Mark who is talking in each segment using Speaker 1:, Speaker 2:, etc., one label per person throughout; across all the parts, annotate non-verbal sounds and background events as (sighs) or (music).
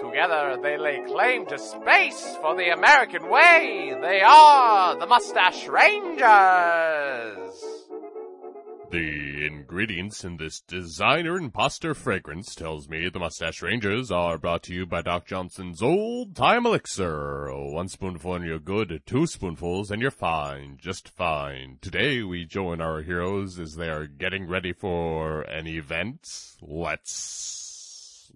Speaker 1: Together they lay claim to space for the American way. They are the Mustache Rangers.
Speaker 2: The ingredients in this designer imposter fragrance tells me the Mustache Rangers are brought to you by Doc Johnson's Old Time Elixir. One spoonful and you're good, two spoonfuls and you're fine, just fine. Today we join our heroes as they are getting ready for an event. Let's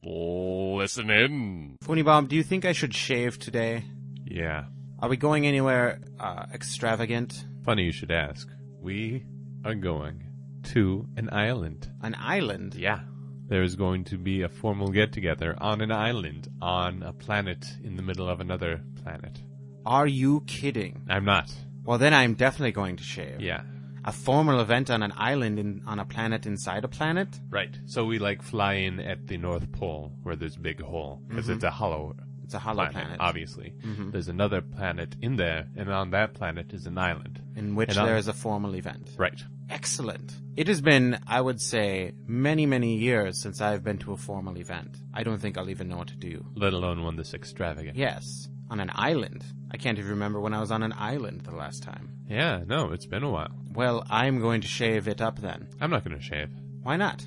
Speaker 2: listen in.
Speaker 3: Funibomb, do you think I should shave today?
Speaker 4: Yeah.
Speaker 3: Are we going anywhere uh, extravagant?
Speaker 4: Funny you should ask. We are going to an island.
Speaker 3: An island?
Speaker 4: Yeah. There is going to be a formal get together on an island on a planet in the middle of another planet.
Speaker 3: Are you kidding?
Speaker 4: I'm not.
Speaker 3: Well, then I'm definitely going to shave.
Speaker 4: Yeah.
Speaker 3: A formal event on an island in, on a planet inside a planet?
Speaker 4: Right. So we like fly in at the North Pole where there's a big hole because
Speaker 2: Mm-hmm.
Speaker 4: it's a hollow
Speaker 3: It's a hollow planet.
Speaker 4: obviously. There's another planet in there, and on that planet is an island.
Speaker 3: In which
Speaker 4: And on-
Speaker 3: there is a formal event.
Speaker 4: Right.
Speaker 3: Excellent. It has been, I would say, many, many years since I've been to a formal event. I don't think I'll even know what to do.
Speaker 4: Let alone one this extravagant.
Speaker 3: Yes, on an island. I can't even remember when I was on an island the last time.
Speaker 4: Yeah, no, it's been a while.
Speaker 3: Well, I'm going to shave it up then.
Speaker 4: I'm not going to shave.
Speaker 3: Why not?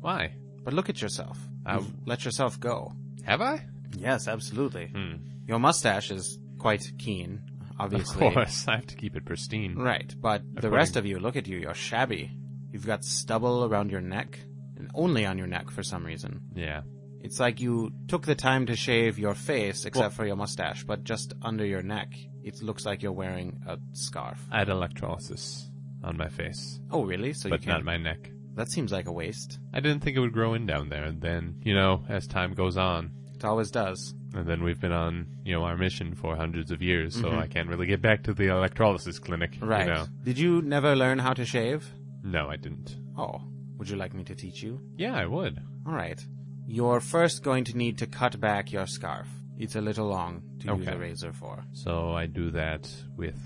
Speaker 4: Why?
Speaker 3: But look at yourself.
Speaker 4: I-
Speaker 3: You've let yourself go.
Speaker 4: Have I?
Speaker 3: Yes, absolutely.
Speaker 4: Hmm.
Speaker 3: Your mustache is quite keen,
Speaker 4: Of
Speaker 3: obviously.
Speaker 4: course, (laughs) I have to keep it pristine.
Speaker 3: Right, but the
Speaker 4: According-
Speaker 3: rest of you, look at you, you're shabby. You've got stubble around your neck, and only on your neck for some reason.
Speaker 4: Yeah.
Speaker 3: It's like you took the time to shave your face, except
Speaker 4: Well-
Speaker 3: for your mustache, but just under your neck, it looks like you're wearing a scarf.
Speaker 4: I had electrolysis on my face,
Speaker 3: Oh, really? So
Speaker 4: but
Speaker 3: you can't.
Speaker 4: not my neck.
Speaker 3: That seems like a waste.
Speaker 4: I didn't think it would grow in down there. And then, you know, as time goes on,
Speaker 3: It always does.
Speaker 4: and then we've been on, you know, our mission for hundreds of years, so I can't really get back to the electrolysis clinic.
Speaker 3: Mm-hmm. Right.
Speaker 4: You know?
Speaker 3: Did you never learn how to shave?
Speaker 4: No, I didn't.
Speaker 3: Oh, would you like me to teach you?
Speaker 4: Yeah, I would.
Speaker 3: All right. You're first going to need to cut back your scarf. It's a little long to use
Speaker 4: Okay.
Speaker 3: a razor for.
Speaker 4: So I do that with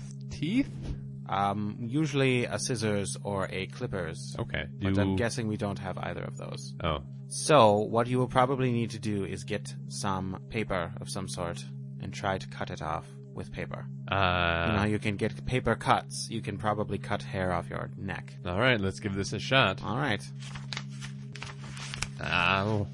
Speaker 4: teeth.
Speaker 3: Um, usually a scissors or a clippers.
Speaker 4: Okay. Do
Speaker 3: But I'm guessing we don't have either of those.
Speaker 4: Oh,
Speaker 3: So what you will probably need to do is get some paper of some sort and try to cut it off with paper.
Speaker 4: uh,
Speaker 3: you know, you can get paper cuts. You can probably cut hair off your neck.
Speaker 4: all right. Let's give this a shot.
Speaker 3: All right.
Speaker 4: Ow.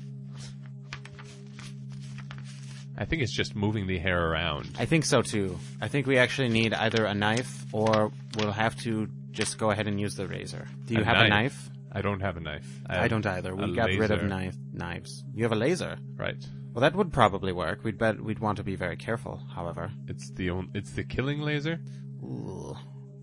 Speaker 4: I think it's just moving the hair around.
Speaker 3: I think so too. I think we actually need either a knife or we'll have to just go ahead and use the razor. Do you
Speaker 4: A
Speaker 3: have a
Speaker 4: knife?
Speaker 3: knife?
Speaker 4: I don't have a knife.
Speaker 3: I
Speaker 4: have
Speaker 3: don't either. We
Speaker 4: a
Speaker 3: got rid of
Speaker 4: laser.
Speaker 3: knife knives. You have a laser.
Speaker 4: Right.
Speaker 3: Well, that would probably work. We'd bet we'd want to be very careful. However,
Speaker 4: It's the on- it's the killing laser.
Speaker 3: Ooh.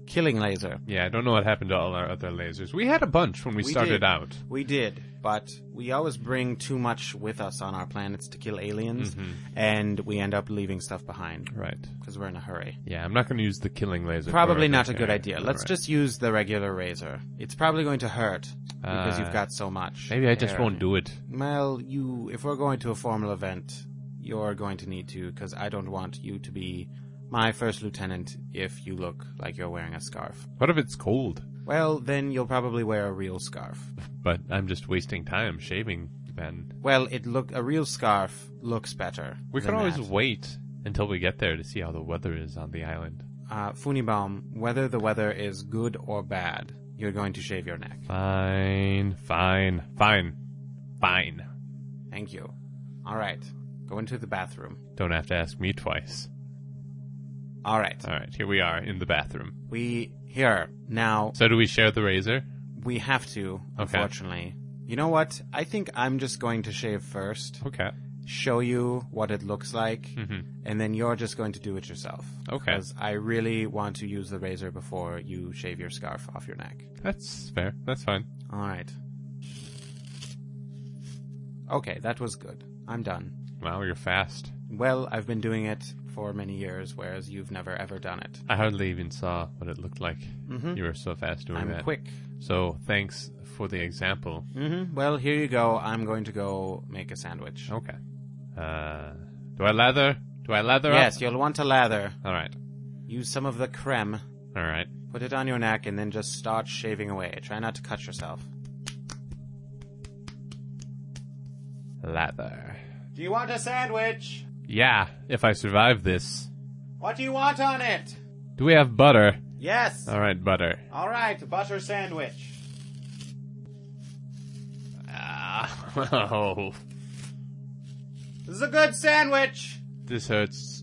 Speaker 3: killing laser.
Speaker 4: Yeah, I don't know what happened to all our other lasers. We had a bunch when we,
Speaker 3: We
Speaker 4: started
Speaker 3: did.
Speaker 4: out.
Speaker 3: We did, but we always bring too much with us on our planets to kill aliens,
Speaker 4: Mm-hmm.
Speaker 3: and we end up leaving stuff behind
Speaker 4: Right.
Speaker 3: because we're in a hurry.
Speaker 4: Yeah, I'm not going to use the killing laser.
Speaker 3: Probably
Speaker 4: for
Speaker 3: not a
Speaker 4: the
Speaker 3: good
Speaker 4: hair.
Speaker 3: idea.
Speaker 4: All
Speaker 3: Let's
Speaker 4: right.
Speaker 3: just use the regular razor. It's probably going to hurt because
Speaker 4: Uh,
Speaker 3: you've got so much.
Speaker 4: Maybe I just
Speaker 3: hair.
Speaker 4: won't do it.
Speaker 3: Well, you if we're going to a formal event, you're going to need to because I don't want you to be my first lieutenant if you look like you're wearing a scarf.
Speaker 4: What if it's cold?
Speaker 3: Well, then you'll probably wear a real scarf.
Speaker 4: But I'm just wasting time shaving. Then
Speaker 3: Well, it look a real scarf looks better.
Speaker 4: we
Speaker 3: than
Speaker 4: could always
Speaker 3: that.
Speaker 4: wait until we get there to see how the weather is on the island.
Speaker 3: uh, Funibaum, whether the weather is good or bad, you're going to shave your neck.
Speaker 4: Fine, fine, fine, fine.
Speaker 3: Thank you. All right, go into the bathroom.
Speaker 4: Don't have to ask me twice.
Speaker 3: All right,
Speaker 4: All right, here we are in the bathroom.
Speaker 3: we here now.
Speaker 4: So do we share the razor?
Speaker 3: We have to,
Speaker 4: Okay.
Speaker 3: unfortunately. You know what? I think I'm just going to shave first,
Speaker 4: Okay.
Speaker 3: show you what it looks like,
Speaker 4: Mhm.
Speaker 3: and then you're just going to do it yourself.
Speaker 4: Okay.
Speaker 3: Because I really want to use the razor before you shave your scarf off your neck.
Speaker 4: That's fair. That's fine.
Speaker 3: All right. Okay, that was good. I'm done.
Speaker 4: Wow, you're fast.
Speaker 3: well, I've been doing it for many years, whereas you've never ever done it.
Speaker 4: I hardly even saw what it looked like.
Speaker 3: Mhm.
Speaker 4: You were so fast doing
Speaker 3: I'm
Speaker 4: that.
Speaker 3: quick.
Speaker 4: So thanks for the example.
Speaker 3: hmm Well, here you go. I'm going to go make a sandwich.
Speaker 4: Okay. Uh, do I lather? Do I lather
Speaker 3: yes,
Speaker 4: up?
Speaker 3: you'll want a lather.
Speaker 4: All right.
Speaker 3: Use some of the creme.
Speaker 4: All right.
Speaker 3: Put it on your neck and then just start shaving away. Try not to cut yourself.
Speaker 4: Lather.
Speaker 3: Do you want a sandwich?
Speaker 4: Yeah. If I survive this,
Speaker 3: What do you want on it?
Speaker 4: do we have butter?
Speaker 3: Yes.
Speaker 4: All right, butter.
Speaker 3: All right, butter sandwich.
Speaker 4: Ah, oh,
Speaker 3: This is a good sandwich.
Speaker 4: this hurts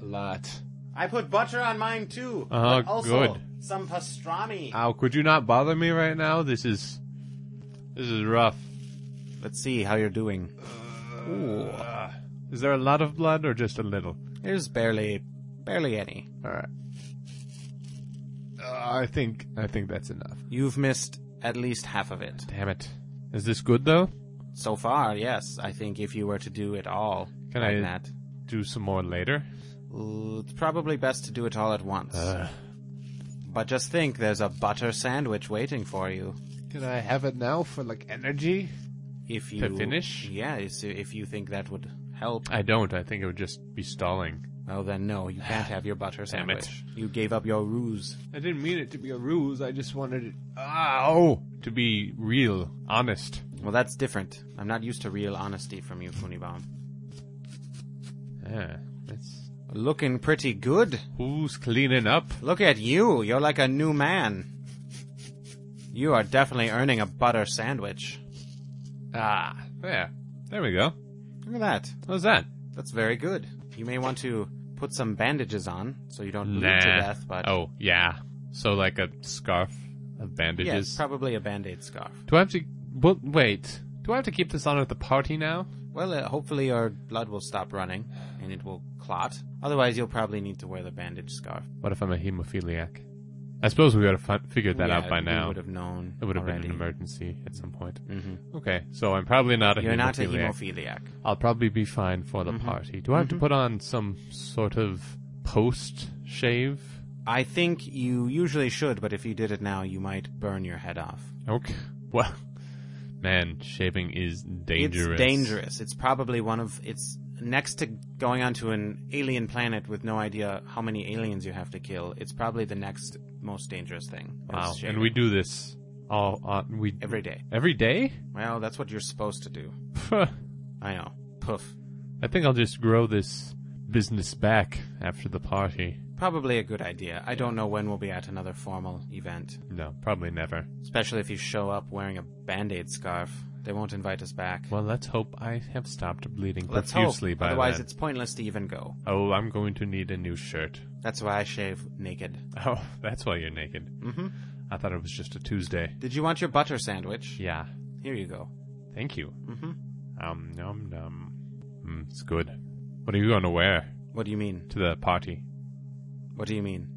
Speaker 4: a lot.
Speaker 3: I put butter on mine too.
Speaker 4: Uh-huh,
Speaker 3: but also
Speaker 4: good.
Speaker 3: Some pastrami.
Speaker 4: Ow! Could you not bother me right now? This is this is rough.
Speaker 3: Let's see how you're doing.
Speaker 4: Uh, is there a lot of blood or just a little?
Speaker 3: There's barely, barely any.
Speaker 4: All right. Uh, I think I think that's enough.
Speaker 3: You've missed at least half of it
Speaker 4: Damn it! Is this good though?
Speaker 3: so far. Yes, I think if you were to do it all,
Speaker 4: Can
Speaker 3: like
Speaker 4: I-
Speaker 3: That,
Speaker 4: Do some more later.
Speaker 3: l- it's probably best to do it all at once.
Speaker 4: Uh.
Speaker 3: But just think, there's a butter sandwich waiting for you.
Speaker 4: Can I have it now for like energy?
Speaker 3: If you
Speaker 4: To finish?
Speaker 3: yeah. If if you think that would help,
Speaker 4: I don't. I think it would just be stalling.
Speaker 3: well then no,
Speaker 4: (sighs)
Speaker 3: you can't have your butter
Speaker 4: Damn it.
Speaker 3: sandwich. You gave up your ruse.
Speaker 4: I didn't mean it to be a ruse. I just wanted it. Ow! To be real, honest.
Speaker 3: Well, that's different. I'm not used to real honesty from you, Funibom.
Speaker 4: Yeah, Ah, that's.
Speaker 3: Looking pretty good.
Speaker 4: Who's cleaning up?
Speaker 3: Look at you. You're like a new man. You are definitely earning a butter sandwich.
Speaker 4: Ah, there. There we go.
Speaker 3: Look at that.
Speaker 4: How's that?
Speaker 3: That's very good. You may want to put some bandages on so you don't bleed
Speaker 4: Nah.
Speaker 3: to death, but
Speaker 4: Oh, yeah. So, like a scarf of
Speaker 3: yeah,
Speaker 4: bandages.
Speaker 3: probably a band-aid scarf.
Speaker 4: Do I have to. Well, wait. Do I have to keep this on at the party now?
Speaker 3: Well, uh, hopefully your blood will stop running and it will clot. Otherwise, you'll probably need to wear the bandage scarf.
Speaker 4: What if I'm a hemophiliac? I suppose we would have fi- figured that out by now.
Speaker 3: would have known.
Speaker 4: It would have been
Speaker 3: already.
Speaker 4: an emergency at some point.
Speaker 3: hmm
Speaker 4: Okay, so I'm probably not a
Speaker 3: You're
Speaker 4: hemophiliac.
Speaker 3: not a Mm-hmm. hemophiliac.
Speaker 4: I'll probably be fine for the party. Do I have to put on some sort of post shave?
Speaker 3: I think you usually should, but if you did it now, you might burn your head off.
Speaker 4: Okay. (laughs) Well, man, shaving is dangerous.
Speaker 3: It's dangerous. It's probably one of it's next to going onto an alien planet with no idea how many aliens you have to kill. It's probably the next most dangerous thing. is
Speaker 4: Wow.
Speaker 3: shaving
Speaker 4: And we do this all on we
Speaker 3: every day.
Speaker 4: every day. (laughs)
Speaker 3: Well, that's what you're supposed to do.
Speaker 4: Pff,
Speaker 3: I know. Poof.
Speaker 4: I think I'll just grow this business back after the party.
Speaker 3: Probably a good idea. I don't know when we'll be at another formal event,
Speaker 4: No, probably never.
Speaker 3: especially if you show up wearing a band-aid scarf. They won't invite us back.
Speaker 4: Well, let's hope I have stopped bleeding
Speaker 3: Let's hope.
Speaker 4: profusely by
Speaker 3: Otherwise,
Speaker 4: then.
Speaker 3: it's pointless to even go.
Speaker 4: Oh, I'm going to need a new shirt. (laughs)
Speaker 3: That's why I shave naked.
Speaker 4: Oh, that's why you're naked. Mm-hmm. I thought it was just a Tuesday.
Speaker 3: Did you want your butter sandwich?
Speaker 4: Yeah.
Speaker 3: Here you go.
Speaker 4: Thank you. Mm-hmm. Um, num num. Mm, it's good. What are you going to wear
Speaker 3: What do you mean?
Speaker 4: to the party?
Speaker 3: What do you mean?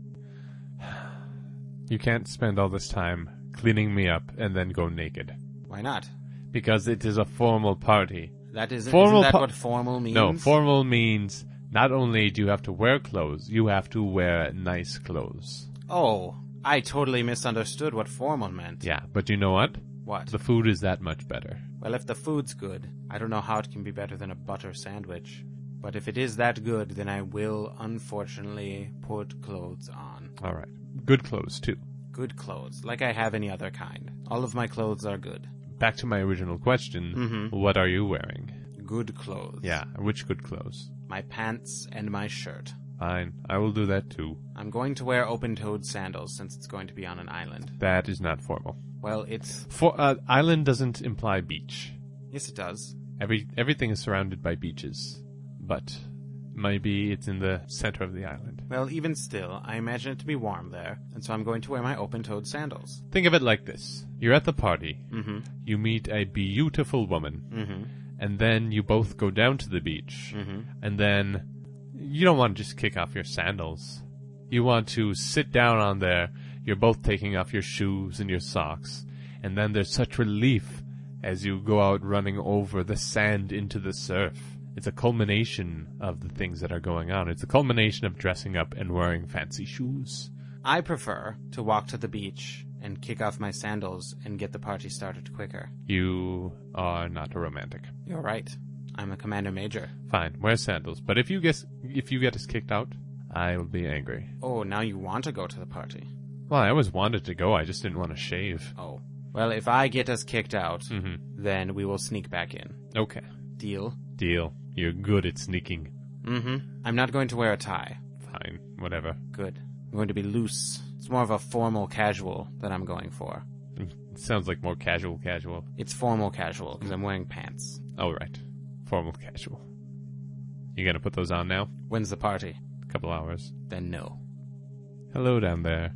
Speaker 4: You can't spend all this time cleaning me up and then go naked.
Speaker 3: Why not?
Speaker 4: Because it is a formal party.
Speaker 3: That is
Speaker 4: Formal
Speaker 3: isn't that
Speaker 4: pa-
Speaker 3: what formal means?
Speaker 4: No, formal means not only do you have to wear clothes, you have to wear nice clothes.
Speaker 3: Oh, I totally misunderstood what formal meant.
Speaker 4: Yeah, but you know what?
Speaker 3: What?
Speaker 4: The food is that much better.
Speaker 3: well, if the food's good, I don't know how it can be better than a butter sandwich. But if it is that good, then I will unfortunately put clothes on.
Speaker 4: All right. Good clothes, too.
Speaker 3: Good clothes, like I have any other kind. All of my clothes are good.
Speaker 4: Back to my original question what are you wearing?
Speaker 3: Good clothes.
Speaker 4: Yeah, which good clothes?
Speaker 3: My pants and my shirt.
Speaker 4: Fine, I will do that too.
Speaker 3: I'm going to wear open-toed sandals since it's going to be on an island.
Speaker 4: That is not formal.
Speaker 3: Well, it's
Speaker 4: For uh, island doesn't imply beach.
Speaker 3: yes, it does.
Speaker 4: Every everything is surrounded by beaches, but maybe it's in the center of the island.
Speaker 3: Well, even still, I imagine it to be warm there, and so I'm going to wear my open-toed sandals.
Speaker 4: Think of it like this: you're at the party, mm-hmm. you meet a beautiful woman, mm-hmm. and then you both go down to the beach, mm-hmm. and then you don't want to just kick off your sandals. You want to sit down on there. You're both taking off your shoes and your socks, and then there's such relief as you go out running over the sand into the surf. It's a culmination of the things that are going on. It's a culmination of dressing up and wearing fancy shoes.
Speaker 3: I prefer to walk to the beach and kick off my sandals and get the party started quicker.
Speaker 4: You are not a romantic.
Speaker 3: You're right. I'm a commander major.
Speaker 4: Fine, wear sandals. But if you guess if you get us kicked out, I will be angry.
Speaker 3: Oh, now you want to go to the party.
Speaker 4: Well, I always wanted to go. I just didn't want to shave.
Speaker 3: Oh. Well, if I get us kicked out,
Speaker 4: hmm
Speaker 3: then we will sneak back in.
Speaker 4: Okay.
Speaker 3: Deal?
Speaker 4: Deal. You're good at sneaking.
Speaker 3: Mm hmm. I'm not going to wear a tie.
Speaker 4: Fine. Whatever.
Speaker 3: Good. I'm going to be loose. It's more of a formal casual that I'm going for.
Speaker 4: Mm, sounds like more casual casual.
Speaker 3: It's formal casual because I'm wearing pants.
Speaker 4: All right. Formal casual. You gonna put those on now?
Speaker 3: When's the party?
Speaker 4: A couple hours.
Speaker 3: Then no.
Speaker 4: Hello down there.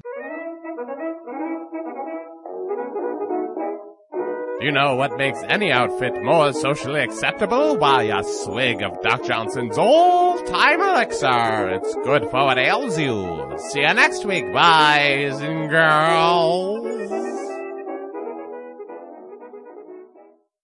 Speaker 2: You know what makes any outfit more socially acceptable? Why, a swig of Doc Johnson's old time elixir. It's good for what ails you. See you next week, boys and girls.